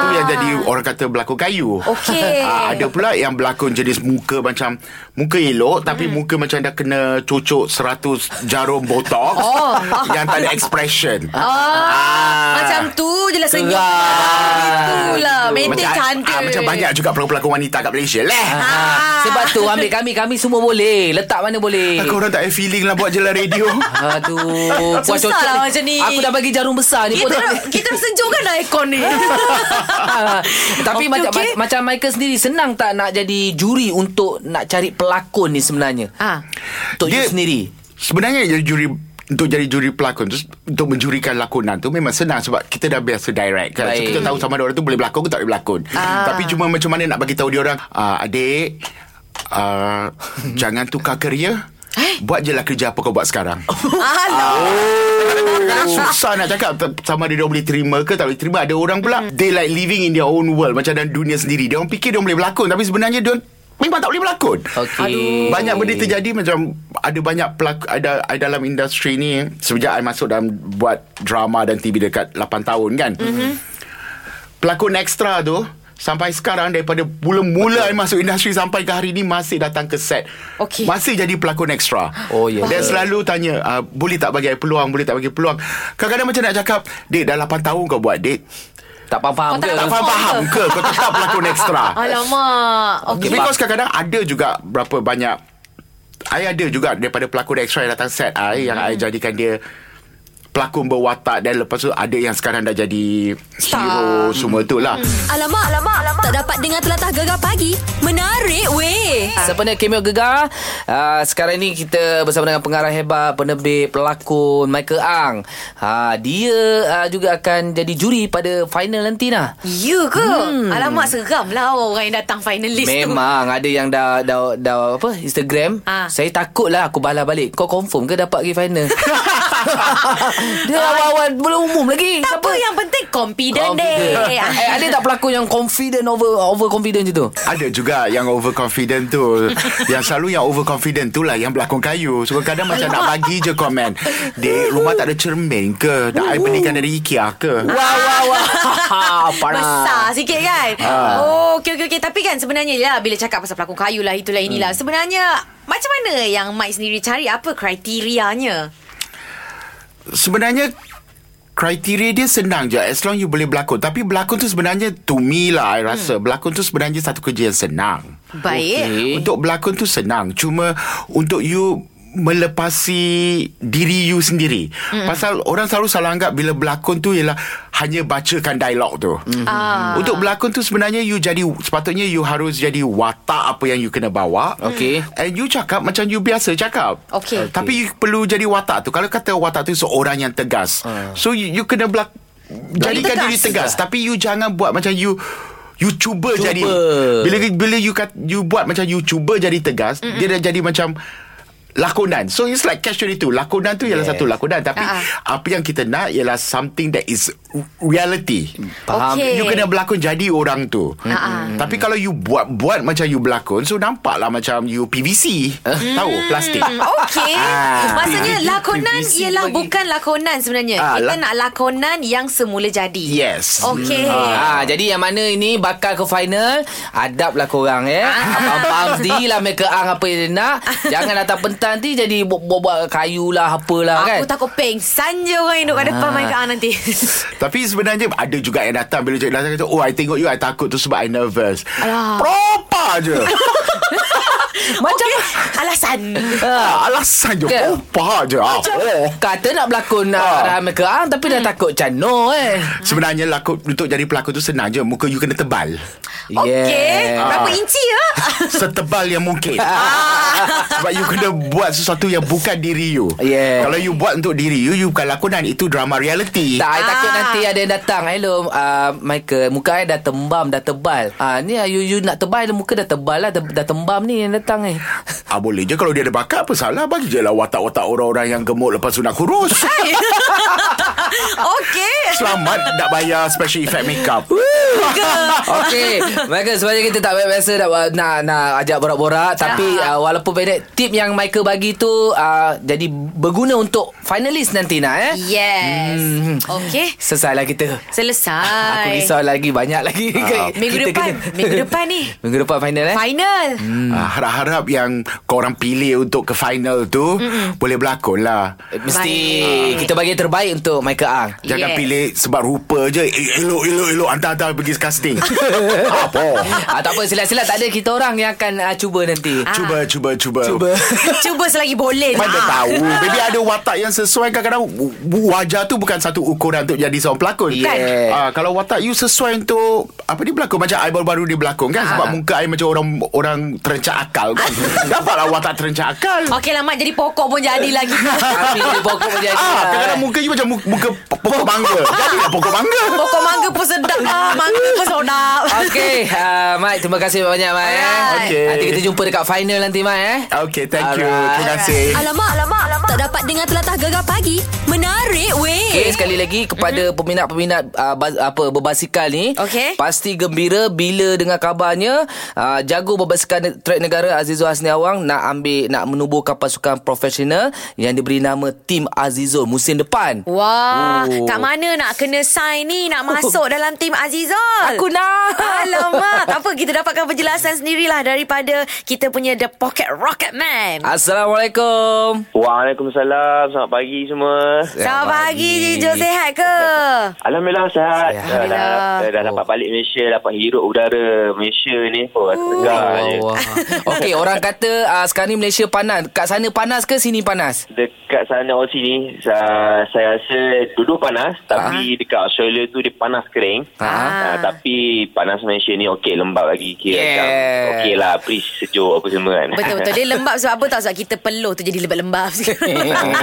[SPEAKER 5] tu yang jadi orang kata berlakon kayu
[SPEAKER 3] Ah. Okey.
[SPEAKER 5] Ah, ada pula yang berlakon jenis muka macam muka elok tapi
[SPEAKER 3] Hmm.
[SPEAKER 5] muka macam dah kena cucuk 100 jarum botox oh. yang tak ada expression
[SPEAKER 3] Ah. Macam tu je lah senyum.
[SPEAKER 2] Gerak.
[SPEAKER 3] Ah, Itulah. Maintain cantik.
[SPEAKER 5] ah, Macam banyak juga pelakon-pelakon wanita kat Malaysia leh
[SPEAKER 2] Ah. Sebab tu ambil kami Kami semua boleh Letak mana
[SPEAKER 3] Ah.
[SPEAKER 2] boleh
[SPEAKER 5] Kau orang tak ada feeling lah Buat je lah radio
[SPEAKER 2] Aduh Puas
[SPEAKER 3] Susah
[SPEAKER 2] cocok
[SPEAKER 3] lah
[SPEAKER 2] ni.
[SPEAKER 3] macam ni.
[SPEAKER 2] Aku dah bagi jarum besar ni
[SPEAKER 3] Kita
[SPEAKER 2] pun tak
[SPEAKER 3] dah,
[SPEAKER 2] boleh.
[SPEAKER 3] kita dah sejuk kan dah aircon ni.
[SPEAKER 2] Tapi
[SPEAKER 3] Okey,
[SPEAKER 2] macam
[SPEAKER 3] okey.
[SPEAKER 2] ma- macam Michael sendiri Senang tak nak jadi juri Untuk nak cari pelakon ni sebenarnya
[SPEAKER 3] ah.
[SPEAKER 2] Untuk you
[SPEAKER 5] Dia-
[SPEAKER 2] sendiri
[SPEAKER 5] Sebenarnya jadi juri untuk jadi juri pelakon tu untuk menjurikan lakonan tu memang senang sebab kita dah biasa direct kan. So,
[SPEAKER 2] Baik.
[SPEAKER 5] kita tahu sama ada orang tu boleh berlakon ke tak boleh berlakon. Ah. Tapi cuma macam mana nak bagi tahu dia orang ah, adik ah, jangan tukar kerja.
[SPEAKER 3] Eh?
[SPEAKER 5] Buat je lah kerja apa kau buat sekarang.
[SPEAKER 3] Alah.
[SPEAKER 5] Kadang-kadang Susah nak cakap T- Sama ada dia orang boleh terima ke Tak boleh terima Ada orang pula They like living in their own world Macam dalam dunia sendiri Dia orang fikir dia orang boleh berlakon Tapi sebenarnya dia orang Memang tak boleh berlakon
[SPEAKER 2] Okey. Aduh.
[SPEAKER 5] Banyak benda terjadi Macam Ada banyak pelakon ada, ada dalam industri ni Sejak I masuk dalam Buat drama dan TV Dekat 8 tahun kan mm-hmm. Pelakon ekstra tu Sampai sekarang Daripada mula-mula I masuk industri Sampai ke hari ni Masih datang ke set
[SPEAKER 3] Okey.
[SPEAKER 5] Masih jadi pelakon ekstra
[SPEAKER 2] Oh, ya.
[SPEAKER 5] Dan selalu tanya uh, Boleh tak bagi I peluang Boleh tak bagi peluang Kadang-kadang macam nak cakap Dek dah 8 tahun kau buat dek
[SPEAKER 2] Tak faham-faham
[SPEAKER 3] Kau Oh, tak
[SPEAKER 2] ke
[SPEAKER 5] Tak
[SPEAKER 3] Kau
[SPEAKER 5] faham-faham
[SPEAKER 3] faham
[SPEAKER 5] ke Kau tetap pelakon ekstra
[SPEAKER 3] Alamak.
[SPEAKER 5] okay.
[SPEAKER 3] Okey.
[SPEAKER 5] Because kadang-kadang ada juga Berapa banyak
[SPEAKER 2] Hmm.
[SPEAKER 5] I ada juga Daripada pelakon ekstra yang datang set I Yang I jadikan dia pelakon berwatak dan lepas tu ada yang sekarang dah jadi hero semua tu lah.
[SPEAKER 2] Hmm.
[SPEAKER 1] Alamak, alamak, alamak. Tak dapat dengar telatah gegar pagi. Menarik weh.
[SPEAKER 2] Sebenarnya cameo gegar uh, Sekarang ni kita bersama dengan pengarah hebat Penerbit, pelakon Michael Ang uh, Dia uh, juga akan jadi juri pada final nanti lah. nah
[SPEAKER 3] You ke? Hmm. Alamak seram lah orang yang datang finalist tu.
[SPEAKER 2] Memang ada yang dah, dah, dah apa Instagram
[SPEAKER 3] Ah.
[SPEAKER 2] Saya takut lah aku balas balik Kau confirm ke dapat pergi final? Dia awal-awal belum umum lagi
[SPEAKER 3] Tak apa yang penting confident, ah. deh.
[SPEAKER 2] eh, Ada tak pelakon yang confident over over confident macam tu?
[SPEAKER 5] Ada juga yang overconfident tu Yang selalu yang overconfident tu lah Yang belakang kayu So kadang macam nak bagi je komen Dek rumah tak ada cermin ke Nak I belikan dari IKEA ke
[SPEAKER 2] Wah wah wah Ha, Panas
[SPEAKER 3] Besar sikit kan Oh okey okey okey Tapi kan sebenarnya lah Bila cakap pasal pelakon kayu lah Itulah inilah hmm. Sebenarnya Macam mana yang Mike sendiri cari Apa kriterianya
[SPEAKER 5] Sebenarnya Kriteria dia senang je As long you boleh berlakon Tapi berlakon tu sebenarnya To me lah I rasa Berlakon tu sebenarnya Satu kerja yang senang
[SPEAKER 3] Hmm. Baik okay.
[SPEAKER 2] Okey.
[SPEAKER 5] Untuk berlakon tu senang Cuma Untuk you melepasi diri you sendiri.
[SPEAKER 3] Hmm.
[SPEAKER 5] Mm-hmm. Pasal orang selalu salah anggap bila berlakon tu ialah hanya bacakan dialog tu. Mm-hmm.
[SPEAKER 3] Ah.
[SPEAKER 5] Untuk berlakon tu sebenarnya you jadi sepatutnya you harus jadi watak apa yang you kena bawa.
[SPEAKER 3] Hmm.
[SPEAKER 2] Okey.
[SPEAKER 5] And you cakap macam you biasa cakap.
[SPEAKER 3] Okey.
[SPEAKER 5] Tapi you perlu jadi watak tu. Kalau kata watak tu seorang yang tegas. Uh. So you, you kena berlak
[SPEAKER 3] tegas.
[SPEAKER 5] jadikan diri tegas tapi you jangan buat macam you you cuba,
[SPEAKER 2] Cuba.
[SPEAKER 5] jadi bila bila you kat, you buat macam you cuba jadi tegas Mm-mm. dia dah jadi macam lakonan so it's like catch 22 lakonan tu ialah
[SPEAKER 2] Yes.
[SPEAKER 5] satu lakonan tapi
[SPEAKER 3] Ah, ah.
[SPEAKER 5] uh-huh. apa yang kita nak ialah something that is reality
[SPEAKER 2] Faham
[SPEAKER 3] Okey.
[SPEAKER 5] You kena berlakon jadi orang tu
[SPEAKER 3] Ah,
[SPEAKER 5] Tapi kalau you buat-buat Macam you berlakon So nampaklah macam You PVC Tahu plastik
[SPEAKER 3] Hmm, Okey
[SPEAKER 5] Ah.
[SPEAKER 3] Maksudnya
[SPEAKER 5] PVC
[SPEAKER 3] lakonan
[SPEAKER 2] lagi.
[SPEAKER 3] Ialah bukan lakonan sebenarnya
[SPEAKER 5] Ah,
[SPEAKER 3] Kita
[SPEAKER 5] lak-
[SPEAKER 3] nak lakonan Yang semula jadi
[SPEAKER 5] Yes Ah,
[SPEAKER 3] Okey
[SPEAKER 2] Ha, jadi yang mana ini bakal ke final Adab lah korang eh
[SPEAKER 3] Ah.
[SPEAKER 2] Faham-faham sendiri lah mereka ang apa yang dia nak Jangan datang pentan nanti jadi buat- buat-buat kayu lah
[SPEAKER 5] ah,
[SPEAKER 2] apalah kan
[SPEAKER 3] Aku takut pengsan je orang yang duduk kat depan Main kat Ang nanti
[SPEAKER 5] Tapi sebenarnya ada juga yang datang bila cakap datang kata, "Oh, I tengok you, I takut tu sebab I nervous."
[SPEAKER 3] Alah.
[SPEAKER 5] Proper je.
[SPEAKER 3] Macam Alasan
[SPEAKER 5] ha, alasan je
[SPEAKER 2] Kan?
[SPEAKER 5] proper je. Ah.
[SPEAKER 2] Oh, kata nak berlakon
[SPEAKER 5] Ah.
[SPEAKER 2] ah. mereka ang Tapi
[SPEAKER 3] Hmm.
[SPEAKER 2] dah takut macam no eh
[SPEAKER 5] Sebenarnya lakon untuk jadi pelakon tu senang je. Muka you kena tebal. Eh.
[SPEAKER 3] Okey Berapa
[SPEAKER 5] Ah.
[SPEAKER 3] inci ya
[SPEAKER 5] Setebal yang mungkin. Sebab you kena buat sesuatu yang bukan diri you.
[SPEAKER 2] Yeah.
[SPEAKER 5] Kalau you buat untuk diri you, you bukan lakonan, itu drama reality.
[SPEAKER 2] Tak, I takut
[SPEAKER 3] Ah.
[SPEAKER 2] nanti ada yang datang Hello, uh, Michael Muka I dah tembam, dah tebal Ah, Ni ah, you, you nak tebal, muka dah tebal lah Dah, dah tembam ni yang datang eh
[SPEAKER 5] Ah, boleh je kalau dia ada bakat apa salah bagi je lah watak-watak orang-orang yang gemuk lepas tu nak kurus.
[SPEAKER 3] Okey
[SPEAKER 5] Selamat nak bayar special effect makeup.
[SPEAKER 2] Okey, Michael sebenarnya kita tak biasa nak nak, nak ajak borak-borak tapi
[SPEAKER 3] Ah.
[SPEAKER 2] uh, walaupun pendek tip yang Michael bagi tu uh, jadi berguna untuk finalis nanti nak eh.
[SPEAKER 3] Yes
[SPEAKER 2] Hmm.
[SPEAKER 3] Okey
[SPEAKER 2] Selesai lah kita.
[SPEAKER 3] Selesai
[SPEAKER 2] Aku risau lagi banyak lagi.
[SPEAKER 3] Minggu
[SPEAKER 2] Kita
[SPEAKER 3] depan
[SPEAKER 2] kena-
[SPEAKER 3] Minggu depan ni
[SPEAKER 2] Minggu depan final eh.
[SPEAKER 3] Final
[SPEAKER 5] Ah, harap-harap yang korang pilih untuk ke final tu mm boleh berlakon lah.
[SPEAKER 2] Mesti
[SPEAKER 3] Baik.
[SPEAKER 2] kita bagi yang terbaik untuk Michael Ang.
[SPEAKER 5] Jangan
[SPEAKER 3] Yes.
[SPEAKER 5] pilih sebab rupa je. Eh, elok, elok, elok. Hantar-hantar pergi casting. Apa?
[SPEAKER 2] Ah, tak apa silap-silap tak ada kita orang yang akan uh, cuba nanti.
[SPEAKER 5] Cuba, cuba, cuba.
[SPEAKER 2] Cuba.
[SPEAKER 3] Cuba Ah. selagi boleh
[SPEAKER 5] Mana tahu. Baby ada watak yang sesuai. Kadang-kadang w- w- wajah tu bukan satu ukuran untuk jadi seorang pelakon.
[SPEAKER 2] Kan?
[SPEAKER 5] Ah, kalau watak you sesuai untuk apa ni berlakon. Macam I baru-baru dia berlakon kan. Sebab muka I macam orang orang terencak akal kan. Dapatlah watak terencak akal.
[SPEAKER 3] Okey lah Mat Jadi pokok pun jadi lagi
[SPEAKER 2] Tapi dia pokok menjadi.
[SPEAKER 5] Ah, kadang-kadang muka you macam muka, muka pokok mangga. Jadilah pokok mangga.
[SPEAKER 3] Pokok mangga pun sedap lah Mangga pun sedap
[SPEAKER 2] Okey, uh, Mat terima kasih banyak Mat. eh.
[SPEAKER 3] Alright.
[SPEAKER 5] Okey.
[SPEAKER 2] Nanti kita jumpa dekat final nanti Mat eh.
[SPEAKER 5] Okay, thank you.
[SPEAKER 2] Alright.
[SPEAKER 5] Terima kasih.
[SPEAKER 1] Alamak, alamak, alamak. Tak dapat dengar telatah gegar pagi. Menarik
[SPEAKER 2] Okay,
[SPEAKER 1] weh.
[SPEAKER 2] Eh, sekali lagi kepada mm-hmm. peminat-peminat uh, bas, apa berbasikal ni
[SPEAKER 3] Mhm. Okey.
[SPEAKER 2] pasti gembira bila dengar kabarnya uh, jago berbasikal ne- trek negara Azizul Hasni Awang nak ambil nak menubuhkan pasukan profesional yang diberi nama Tim Azizul musim depan.
[SPEAKER 3] Wah,
[SPEAKER 2] Oh.
[SPEAKER 3] kat mana nak kena sign ni Nak masuk dalam tim Azizul
[SPEAKER 2] Aku nak.
[SPEAKER 3] Alamak tak apa kita dapatkan penjelasan sendirilah daripada kita punya The Pocket Rocket
[SPEAKER 2] Ah,
[SPEAKER 3] Man.
[SPEAKER 2] Assalamualaikum.
[SPEAKER 8] Waalaikumsalam. Selamat pagi semua.
[SPEAKER 3] Selamat pagi Jijo sihat ke?
[SPEAKER 8] Alhamdulillah sihat.
[SPEAKER 2] Sihat.
[SPEAKER 8] Dah, dah, dah, dah
[SPEAKER 2] Oh.
[SPEAKER 8] dapat balik Malaysia, dapat hirup udara Malaysia ni. Oh, rasa segar je.
[SPEAKER 2] Oh, Wah. Okey, orang kata uh, sekarang ni Malaysia panas. Kat sana panas ke sini panas?
[SPEAKER 8] Dekat sana or sini, sa- saya rasa duduk panas. Tapi dekat Australia tu dia panas kering.
[SPEAKER 2] Ah.
[SPEAKER 8] Ah, tapi panas Malaysia ni okey lembab lagi. Kira
[SPEAKER 2] Yeah.
[SPEAKER 8] macam okey lah, breeze sejuk apa semua kan.
[SPEAKER 3] Betul-betul Dia lembab sebab apa tau Sebab kita peluh tu Jadi lembab-lembab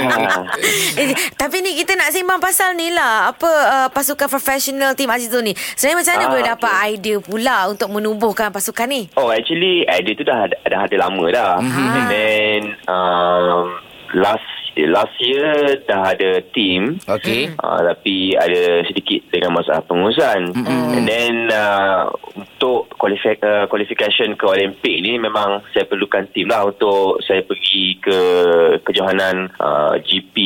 [SPEAKER 3] eh, Tapi ni kita nak sembang pasal ni lah Apa uh, Pasukan profesional Tim Azizul ni Sebenarnya macam mana
[SPEAKER 8] Ah,
[SPEAKER 3] Boleh
[SPEAKER 8] okey.
[SPEAKER 3] dapat idea pula Untuk menubuhkan pasukan ni
[SPEAKER 8] Oh actually idea tu dah dah ada lama dah. Mm-hmm.
[SPEAKER 2] Mhm.
[SPEAKER 8] And then um, last eh, last year dah ada team.
[SPEAKER 2] Okey.
[SPEAKER 8] Uh, tapi ada sedikit dengan masalah pengurusan. Mm-hmm. And then uh, untuk qualify, uh, qualification ke Olimpik ni memang saya perlukan team lah untuk saya pergi ke kejohanan uh, GP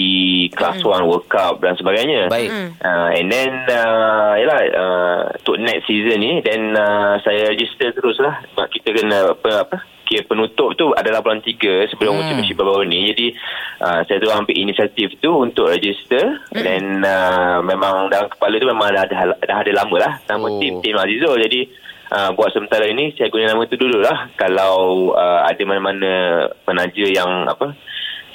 [SPEAKER 8] Class 1 World Cup dan sebagainya.
[SPEAKER 2] Mm. Baik.
[SPEAKER 8] Uh, and then uh, yalah uh, untuk next season ni then uh, saya register terus lah sebab kita kena apa apa Okay, penutup tu adalah bulan 3 sebelum musim hmm. baru ni. Jadi uh, saya tu ambil inisiatif tu untuk register hmm. dan uh, memang dalam kepala tu memang dah ada, dah ada lama lah nama
[SPEAKER 2] Oh.
[SPEAKER 8] oh. tim tim Azizul. Jadi uh, buat sementara ini saya guna nama tu dulu lah kalau uh, ada mana-mana manager yang apa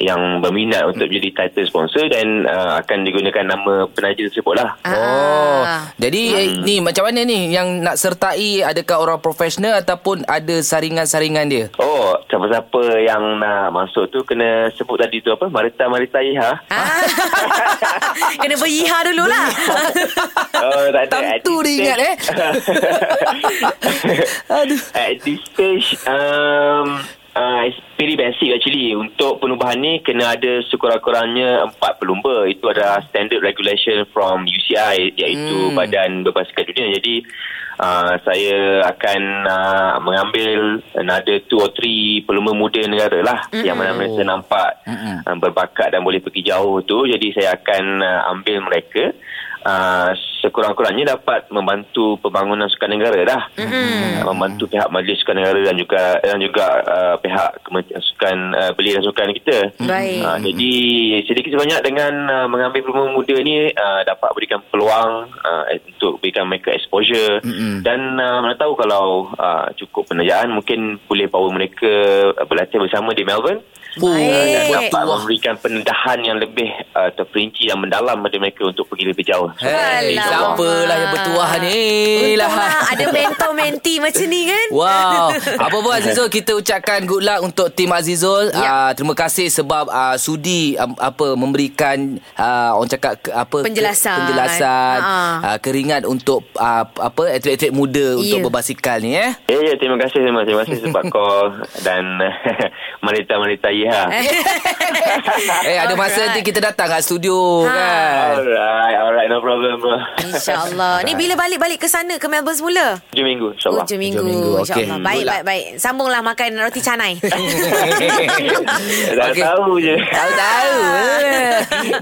[SPEAKER 8] yang berminat untuk jadi title sponsor dan uh, akan digunakan nama penaja tersebut lah.
[SPEAKER 2] Oh.
[SPEAKER 3] Ah.
[SPEAKER 2] Jadi eh, ni macam mana ni yang nak sertai adakah orang profesional ataupun ada saringan-saringan dia?
[SPEAKER 8] Oh, siapa-siapa yang nak masuk tu kena sebut tadi tu apa? Marita-Marita Iha.
[SPEAKER 3] Ah. Kena beriha dulu lah
[SPEAKER 8] Oh, tak ada. At
[SPEAKER 2] Tentu
[SPEAKER 8] this
[SPEAKER 2] dia ingat, eh. Aduh.
[SPEAKER 8] At this stage, um, uh, it's pretty basic actually. Untuk penubahan ni, kena ada sekurang-kurangnya empat pelumba. Itu adalah standard regulation from UCI, iaitu
[SPEAKER 2] Hmm.
[SPEAKER 8] hmm. Badan Berbasikal Dunia. Jadi, uh, saya akan uh, mengambil another two or three pelumba muda negara lah.
[SPEAKER 2] Hmm.
[SPEAKER 8] Mm-hmm. Yang mana mereka nampak
[SPEAKER 2] Mm-mm.
[SPEAKER 8] uh, berbakat dan boleh pergi jauh tu. Jadi, saya akan uh, ambil mereka. Uh, sekurang-kurangnya dapat membantu pembangunan sukan negara dah. Mm-hmm. Membantu pihak Majlis Sukan Negara dan juga dan juga uh, pihak Kementerian Sukan uh, Belia dan Sukan kita.
[SPEAKER 3] Baik.
[SPEAKER 8] Uh, jadi sedikit sebanyak dengan uh, mengambil pemain muda ni uh, dapat berikan peluang uh, untuk berikan mereka exposure
[SPEAKER 2] Mm-mm.
[SPEAKER 8] dan uh, mana tahu kalau uh, cukup penderjaan mungkin boleh bawa mereka uh, berlatih bersama di Melbourne.
[SPEAKER 2] Oh,
[SPEAKER 8] Dan
[SPEAKER 3] Baik.
[SPEAKER 8] dapat memberikan pendedahan yang lebih uh, terperinci dan mendalam pada mereka untuk pergi lebih jauh.
[SPEAKER 2] Hei,
[SPEAKER 3] Alamak.
[SPEAKER 2] siapalah yang bertuah ni?
[SPEAKER 3] Untung
[SPEAKER 2] Lah.
[SPEAKER 3] lah Ada mentor-menti macam ni kan
[SPEAKER 2] Wow. Apa pun Azizul kita ucapkan good luck untuk tim Azizul.
[SPEAKER 3] Ya.
[SPEAKER 2] Ah, terima kasih sebab ah, sudi um, apa memberikan ah, orang cakap ke- apa ke-
[SPEAKER 3] Penjelasan.
[SPEAKER 2] penjelasan
[SPEAKER 3] Ha-ha.
[SPEAKER 2] ah, keringat untuk ah, apa atlet-atlet muda
[SPEAKER 3] Ya.
[SPEAKER 2] untuk berbasikal ni eh.
[SPEAKER 8] Ya, ya, terima kasih semua. Terima kasih sebab call dan ya. Marita-Marita Yeha.
[SPEAKER 2] Eh ada masa nanti kita datang kat studio
[SPEAKER 3] Ha.
[SPEAKER 2] kan.
[SPEAKER 8] Alright, alright, no problem bro.
[SPEAKER 3] InsyaAllah Ni bila balik-balik ke sana Ke Melbourne semula
[SPEAKER 8] Tujuh minggu, insyaAllah.
[SPEAKER 3] Hujung minggu,
[SPEAKER 2] Hujung minggu,
[SPEAKER 3] minggu.
[SPEAKER 2] okey.
[SPEAKER 3] InsyaAllah Baik,
[SPEAKER 2] Good luck.
[SPEAKER 3] baik, baik Sambunglah makan roti canai
[SPEAKER 8] Dah
[SPEAKER 2] Okey.
[SPEAKER 8] tahu je.
[SPEAKER 2] Tahu tahu. eh?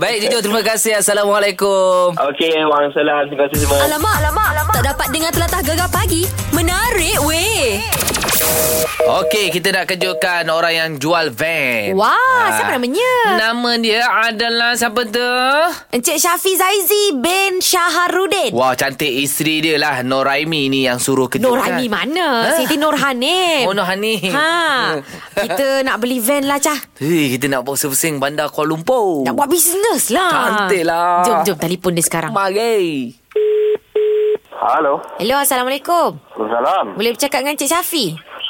[SPEAKER 2] Baik Jojo terima kasih. Assalamualaikum.
[SPEAKER 8] Okey, Waalaikumsalam. Terima kasih semua.
[SPEAKER 1] Alamak, alamak, alamak. Tak dapat dengar telatah gegar pagi. Menarik
[SPEAKER 2] Eh.
[SPEAKER 1] weh.
[SPEAKER 2] Okey, kita nak kejutkan orang yang jual van.
[SPEAKER 3] Wah,
[SPEAKER 2] Ah.
[SPEAKER 3] siapa namanya?
[SPEAKER 2] Nama dia adalah siapa tu?
[SPEAKER 3] Encik Syafi Zaizi bin Syaharudin
[SPEAKER 2] Wah, cantik isteri dia lah Noraimi ni yang suruh kejutkan.
[SPEAKER 3] Norhani mana?
[SPEAKER 2] Ah.
[SPEAKER 3] Siti Norhanim
[SPEAKER 2] Oh, Nohani.
[SPEAKER 3] Ha, kita nak beli van lah Cah
[SPEAKER 2] Hei, kita nak pusing-pusing bandar Kuala Lumpur.
[SPEAKER 3] Nak buat bisnes lah
[SPEAKER 2] Cantik lah.
[SPEAKER 3] Jom, jom telefon dia sekarang
[SPEAKER 2] Mari.
[SPEAKER 8] Halo.
[SPEAKER 3] Hello, Assalamualaikum
[SPEAKER 8] Waalaikumsalam.
[SPEAKER 3] Boleh bercakap dengan Encik Syafi?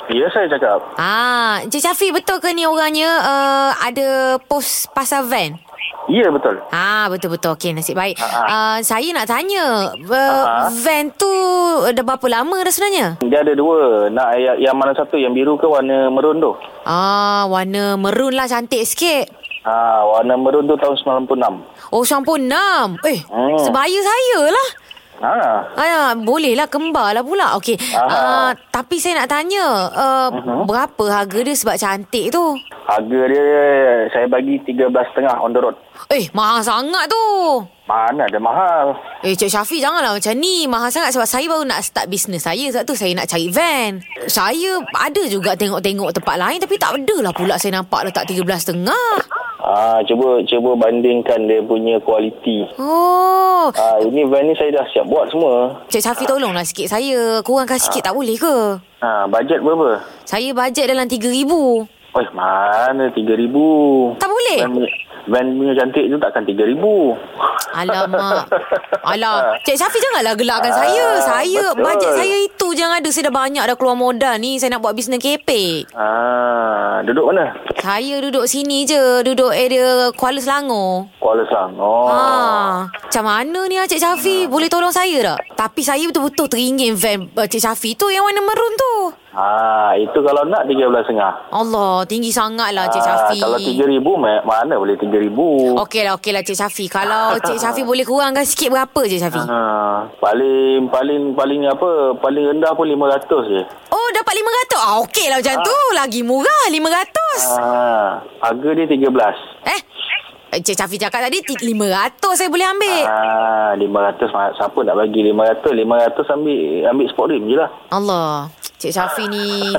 [SPEAKER 8] Ya, saya cakap.
[SPEAKER 3] Ah, Encik Syafi betul ke ni orangnya uh, ada post pasal van?
[SPEAKER 8] Ya, betul.
[SPEAKER 3] Ah betul betul okey nasib baik. Uh, saya nak tanya uh, van tu dah berapa lama dah sebenarnya?
[SPEAKER 8] Dia ada dua. Nak yang, yang mana satu? Yang biru ke warna merun tu?
[SPEAKER 3] Ah warna merun lah cantik sikit.
[SPEAKER 8] Ha, warna merun tu tahun 96.
[SPEAKER 3] Oh shampoo 6. Eh
[SPEAKER 8] Hmm.
[SPEAKER 3] sebaya saya lah.
[SPEAKER 8] Ha.
[SPEAKER 3] Ah, boleh lah kembar lah pula. Okey. Ah.
[SPEAKER 8] Ah.
[SPEAKER 3] tapi saya nak tanya, uh, uh-huh. berapa harga dia sebab cantik tu?
[SPEAKER 8] Harga dia saya bagi 13.5 on the road.
[SPEAKER 3] Eh, mahal sangat tu.
[SPEAKER 8] Mana ada mahal.
[SPEAKER 3] Eh, Cik Syafiq janganlah macam ni. Mahal sangat sebab saya baru nak start bisnes saya. Sebab tu saya nak cari van. Saya ada juga tengok-tengok tempat lain tapi tak ada lah pula saya nampak letak 13 tengah.
[SPEAKER 8] Ah, cuba cuba bandingkan dia punya kualiti.
[SPEAKER 3] Oh,
[SPEAKER 8] Ah, ini van ni saya dah siap buat semua.
[SPEAKER 3] Cik Syafiq tolonglah sikit saya. Kurangkan sikit tak boleh ke?
[SPEAKER 8] Ah, bajet berapa?
[SPEAKER 3] Saya bajet dalam 3000.
[SPEAKER 8] Oi, mana 3000?
[SPEAKER 3] Tak boleh?
[SPEAKER 8] Van, punya- van punya cantik tu takkan 3000.
[SPEAKER 3] Alamak. Alah, Cik Syafiq janganlah gelakkan saya. Saya,
[SPEAKER 8] betul.
[SPEAKER 3] bajet saya itu jangan ada. Saya dah banyak dah keluar modal ni. Saya nak buat bisnes kepek.
[SPEAKER 8] Ah, duduk mana?
[SPEAKER 3] Saya duduk sini je. Duduk area Kuala Selangor.
[SPEAKER 8] Kuala Selangor.
[SPEAKER 3] Oh. Ha, macam mana ni ah Cik Syafiq? Boleh tolong saya tak? Tapi saya betul-betul teringin van uh, Cik Syafiq tu yang warna merun tu.
[SPEAKER 8] Ah, itu kalau nak 13.5.
[SPEAKER 3] Allah, tinggi sangat lah Cik Syafiq.
[SPEAKER 8] Ah, kalau 3000 ma- mana boleh 3000?
[SPEAKER 3] Okey lah, okey lah Cik Syafiq. Kalau Cik Syafiq boleh kurangkan sikit berapa Cik Syafiq?
[SPEAKER 8] Ha, paling paling paling apa? Paling rendah pun 500 je.
[SPEAKER 3] Oh, dapat RM500? Ah, okey lah macam tu. Lagi murah, RM500.
[SPEAKER 8] Ah, harga dia 13.
[SPEAKER 3] Eh? Eh, Cik Syafiq cakap tadi ti- RM500 saya boleh ambil.
[SPEAKER 8] Ah, 500 ma- siapa nak bagi 500? 500 ambil ambil sport rim je lah.
[SPEAKER 3] Allah. Cik Syafiq ni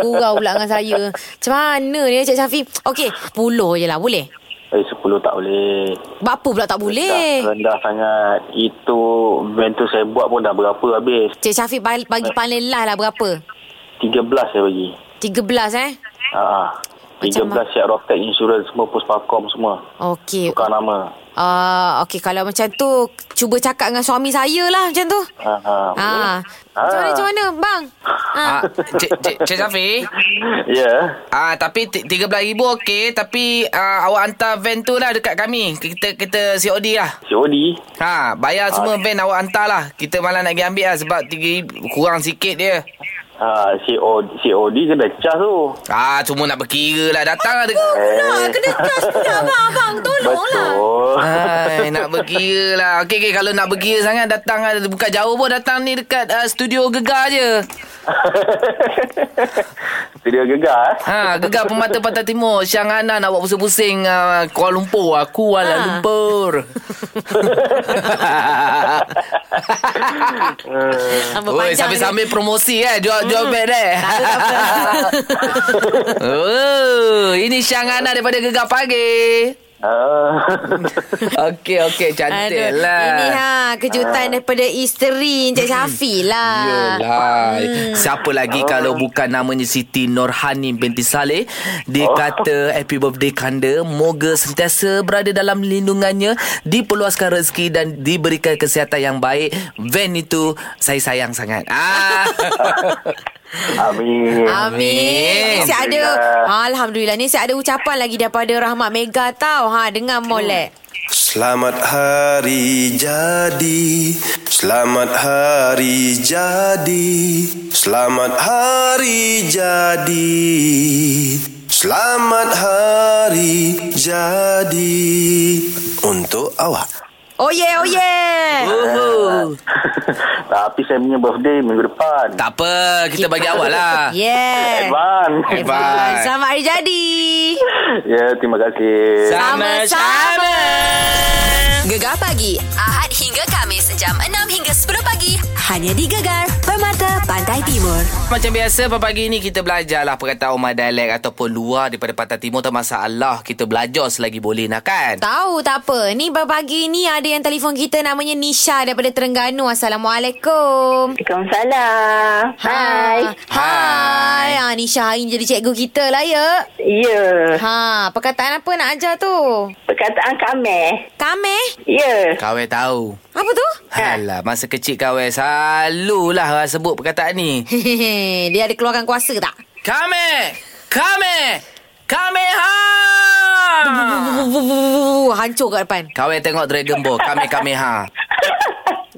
[SPEAKER 3] gurau pula dengan saya. Macam mana ni Cik Syafiq? Okey, 10 je lah boleh.
[SPEAKER 8] Eh, 10 tak boleh.
[SPEAKER 3] Berapa pula tak boleh?
[SPEAKER 8] Dah rendah sangat. Itu van tu saya buat pun dah berapa habis.
[SPEAKER 3] Cik Syafiq bal- bagi paling lah lah berapa?
[SPEAKER 8] 13 saya bagi.
[SPEAKER 3] 13 eh?
[SPEAKER 8] Ah,
[SPEAKER 3] Macam
[SPEAKER 8] 13 siap rocket insurans semua, postparkom semua.
[SPEAKER 3] Okey.
[SPEAKER 8] Tukar nama.
[SPEAKER 3] Ah, okey kalau macam tu cuba cakap dengan suami saya lah macam tu.
[SPEAKER 8] Ah, ah.
[SPEAKER 3] Ah. Macam mana,
[SPEAKER 8] Ah.
[SPEAKER 3] macam mana bang? Ah.
[SPEAKER 2] Ah, Cik, Cik, Cik Syafiq
[SPEAKER 8] Ya. Yeah.
[SPEAKER 2] Ah tapi ti- 13000 okey tapi ah, awak hantar van tu lah dekat kami. Kita kita COD lah.
[SPEAKER 8] Si Odi.
[SPEAKER 2] Ha, bayar semua van awak hantar lah. Kita malah nak pergi ambil lah sebab tiga, kurang sikit dia.
[SPEAKER 8] Ah, si Odi, si Odi kena cas tu.
[SPEAKER 2] Ah, cuma nak berkira lah. Datang lah dekat.
[SPEAKER 8] Nak
[SPEAKER 3] Kena cash pula abang, abang tolonglah.
[SPEAKER 8] Betul.
[SPEAKER 2] Ha. Hai, nak berkira lah. Okey, okay, kalau nak berkira sangat, datang lah. Bukan jauh pun, datang ni dekat uh, studio Gegar je.
[SPEAKER 8] Studio gegar. eh?
[SPEAKER 2] Ha, Gegar Pemata Pantai Timur. Syang Ana nak buat pusing-pusing uh, Kuala Lumpur. Aku Kuala
[SPEAKER 3] Ha.
[SPEAKER 2] Lumpur.
[SPEAKER 3] Tambah
[SPEAKER 2] Oi,
[SPEAKER 3] panjang dia.
[SPEAKER 2] sambil-sambil promosi eh. Jual, jual hmm. bed eh.
[SPEAKER 3] Tak apa, tak
[SPEAKER 2] oh, ini Syang Ana daripada Gegar Pagi.
[SPEAKER 8] Ah.
[SPEAKER 2] Okey, okey. Cantik
[SPEAKER 3] Aduh,
[SPEAKER 2] lah.
[SPEAKER 3] Ini ha kejutan daripada isteri Encik Syafiq lah.
[SPEAKER 2] Ya, Yelah hmm. Siapa lagi oh. Kalau bukan namanya Siti Norhani binti Saleh Dia oh. kata Happy birthday kanda Moga sentiasa Berada dalam lindungannya Diperluaskan rezeki Dan diberikan kesihatan yang baik Van itu Saya sayang sangat ah. Amin.
[SPEAKER 3] Amin.
[SPEAKER 8] Amin.
[SPEAKER 3] Amin. ada
[SPEAKER 8] Alhamdulillah.
[SPEAKER 3] Alhamdulillah ni saya ada ucapan lagi daripada Rahmat Mega tau. Ha dengar molek.
[SPEAKER 9] Selamat hari jadi Selamat hari jadi Selamat hari jadi Selamat hari jadi Untuk awak
[SPEAKER 3] Oh yeah, oh yeah.
[SPEAKER 2] Uhuh.
[SPEAKER 8] Tapi saya punya birthday minggu depan.
[SPEAKER 2] Tak apa Kita bagi awal lah
[SPEAKER 3] Ya. Yeah.
[SPEAKER 8] Advance.
[SPEAKER 2] Bye.
[SPEAKER 3] Selamat hari jadi.
[SPEAKER 8] Ya, yeah, terima kasih.
[SPEAKER 3] Sama-sama.
[SPEAKER 7] Gegar pagi Ahad hingga Kamis jam 6 hingga 10 pagi hanya di Gegar Permata Pantai Timur.
[SPEAKER 2] Macam biasa pada pagi ni kita belajarlah perkataan Omar dialek ataupun luar daripada Pantai Timur tak masalah kita belajar selagi boleh nak kan.
[SPEAKER 3] Tahu tak apa. Ni pagi ni ada yang telefon kita namanya Nisha daripada Terengganu. Assalamualaikum.
[SPEAKER 4] Waalaikumsalam.
[SPEAKER 3] Hai.
[SPEAKER 4] Hai.
[SPEAKER 3] Hai. Ha, Nisha hari ni jadi cikgu kita lah ya.
[SPEAKER 4] Ya.
[SPEAKER 3] Ha, perkataan apa nak ajar tu?
[SPEAKER 4] Perkataan kameh.
[SPEAKER 3] Kameh?
[SPEAKER 4] Ya.
[SPEAKER 2] Kau tahu.
[SPEAKER 3] Apa tu?
[SPEAKER 2] Alah, masa kecil kawan selalulah orang sebut perkataan ni.
[SPEAKER 3] Hehehe, dia ada keluarkan kuasa ke tak?
[SPEAKER 2] Kame! Kame! Kame ha!
[SPEAKER 3] Wuh, Hancur kat depan.
[SPEAKER 2] Kawan tengok Dragon Ball, Kame Kame ha.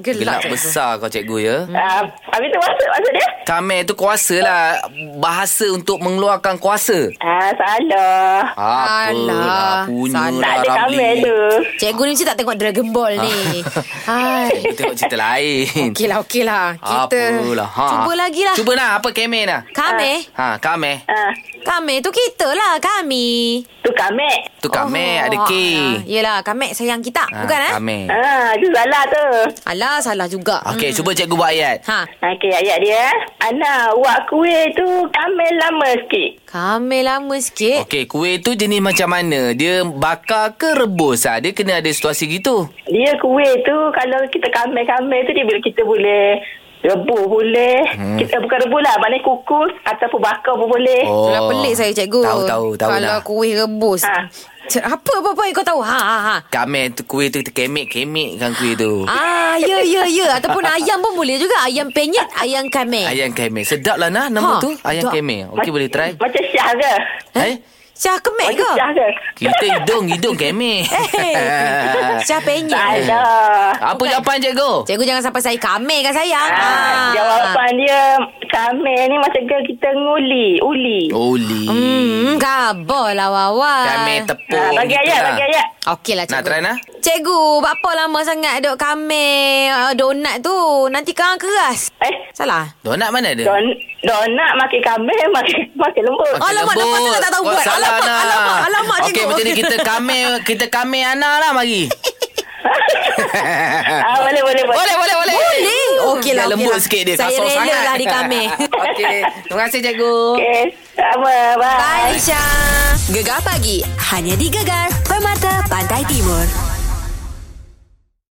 [SPEAKER 3] Gelak,
[SPEAKER 2] Gelak
[SPEAKER 3] cikgu.
[SPEAKER 2] besar kau cikgu ya.
[SPEAKER 4] Uh, habis tu maksud, maksud dia?
[SPEAKER 2] Tamir tu kuasa lah. Bahasa untuk mengeluarkan kuasa.
[SPEAKER 4] Ah, salah.
[SPEAKER 2] Apa
[SPEAKER 3] Alah,
[SPEAKER 2] lah punya
[SPEAKER 3] salah.
[SPEAKER 2] lah
[SPEAKER 4] Tak ada kamera
[SPEAKER 2] Ramli.
[SPEAKER 4] tu.
[SPEAKER 7] Cikgu ni mesti tak tengok Dragon Ball ni.
[SPEAKER 2] Ah.
[SPEAKER 7] Hai.
[SPEAKER 2] Kita tengok cerita lain.
[SPEAKER 3] Okeylah, okeylah. lah, Kita
[SPEAKER 2] Apalah. Ha.
[SPEAKER 7] Cuba lagi lah.
[SPEAKER 2] Cuba nak apa kemen lah.
[SPEAKER 7] Kami.
[SPEAKER 2] Ha, kame.
[SPEAKER 4] Ah,
[SPEAKER 7] Kami tu kita lah kami.
[SPEAKER 4] tu kamek.
[SPEAKER 2] Tu kame oh, ada K.
[SPEAKER 7] alah. Yelah, kami sayang kita.
[SPEAKER 2] Ha,
[SPEAKER 7] ya. Bukan eh?
[SPEAKER 2] Kame.
[SPEAKER 4] Ah, tu salah tu.
[SPEAKER 7] Alah, salah juga.
[SPEAKER 2] Okey, cuba cikgu buat ayat.
[SPEAKER 7] Hmm. Ha,
[SPEAKER 4] Okey, ayat dia. eh. Ana, wak kuih tu kamel lama sikit.
[SPEAKER 7] kami lama sikit.
[SPEAKER 2] Okey, kuih tu jenis macam mana? Dia bakar ke rebus? Ha? Dia kena ada situasi gitu.
[SPEAKER 4] Dia kuih tu kalau kita kamel-kamel tu dia bila kita boleh rebus boleh. Hmm. Kita bukan rebus lah, maknanya kukus ataupun bakar pun boleh. Oh.
[SPEAKER 7] Eh, Itulah pelik saya cikgu.
[SPEAKER 2] Tahu, tahu, tahu
[SPEAKER 7] Kalau
[SPEAKER 2] lah.
[SPEAKER 7] kuih rebus.
[SPEAKER 4] Ha.
[SPEAKER 7] Cik, Apa apa-apa yang kau tahu? Ha, ha, ha.
[SPEAKER 2] Kame tu kuih tu kita kemek-kemek kan kuih tu.
[SPEAKER 7] Ah, ya, ya, ya. Ataupun ayam pun boleh juga. Ayam penyet, ayam kami.
[SPEAKER 2] Ayam kemek. Sedap lah nah
[SPEAKER 7] Ha,
[SPEAKER 2] nama tu. Ayam
[SPEAKER 7] sedap.
[SPEAKER 2] kemek. Okey, boleh try.
[SPEAKER 4] Macam syah ke?
[SPEAKER 2] Eh?
[SPEAKER 7] Cah kemek ke?
[SPEAKER 4] Macam syah ke?
[SPEAKER 2] Kita hidung, hidung kemek.
[SPEAKER 7] Hey, Cah penyet.
[SPEAKER 4] Salah.
[SPEAKER 2] Apa jawapan cikgu?
[SPEAKER 7] Cikgu jangan sampai saya kami kan sayang.
[SPEAKER 4] Ah, jawapan dia kamel ni macam ke kita nguli, uli.
[SPEAKER 2] Oli.
[SPEAKER 7] Hmm, kabur lah Wawa.
[SPEAKER 2] Kame tepung.
[SPEAKER 4] Ah, bagi
[SPEAKER 2] gitu
[SPEAKER 4] ayat,
[SPEAKER 2] lah.
[SPEAKER 4] bagi ayat.
[SPEAKER 7] Okey lah cikgu.
[SPEAKER 2] Nak try, Nah?
[SPEAKER 7] Cikgu, berapa lama sangat duk kami uh, donat tu? Nanti kang keras.
[SPEAKER 4] Eh,
[SPEAKER 7] Salah?
[SPEAKER 2] Donat mana ada?
[SPEAKER 4] don, donat makin kamel makin makin lembut.
[SPEAKER 2] Ya. Makin
[SPEAKER 7] Alamak,
[SPEAKER 2] lembut.
[SPEAKER 7] lepas tu dah tak tahu
[SPEAKER 2] Kau
[SPEAKER 7] buat.
[SPEAKER 2] salah,
[SPEAKER 7] Alamak,
[SPEAKER 2] Ana.
[SPEAKER 7] alamak, alamak,
[SPEAKER 2] Okey,
[SPEAKER 7] cikgu.
[SPEAKER 2] macam ni kita kame, kita kame Ana lah mari.
[SPEAKER 4] Ah, boleh, boleh, boleh.
[SPEAKER 2] boleh, boleh, boleh.
[SPEAKER 7] Boleh. Okey lah, okey
[SPEAKER 2] Dah lembut
[SPEAKER 7] lah.
[SPEAKER 2] sikit dia.
[SPEAKER 7] Saya
[SPEAKER 2] kasar
[SPEAKER 7] rela
[SPEAKER 2] sangat.
[SPEAKER 7] lah di kami.
[SPEAKER 2] Okey. Terima kasih, cikgu.
[SPEAKER 4] Okay, sama. Bye.
[SPEAKER 7] Bye, Syah.
[SPEAKER 1] Gegar pagi hanya di Gegar Permata Pantai Timur.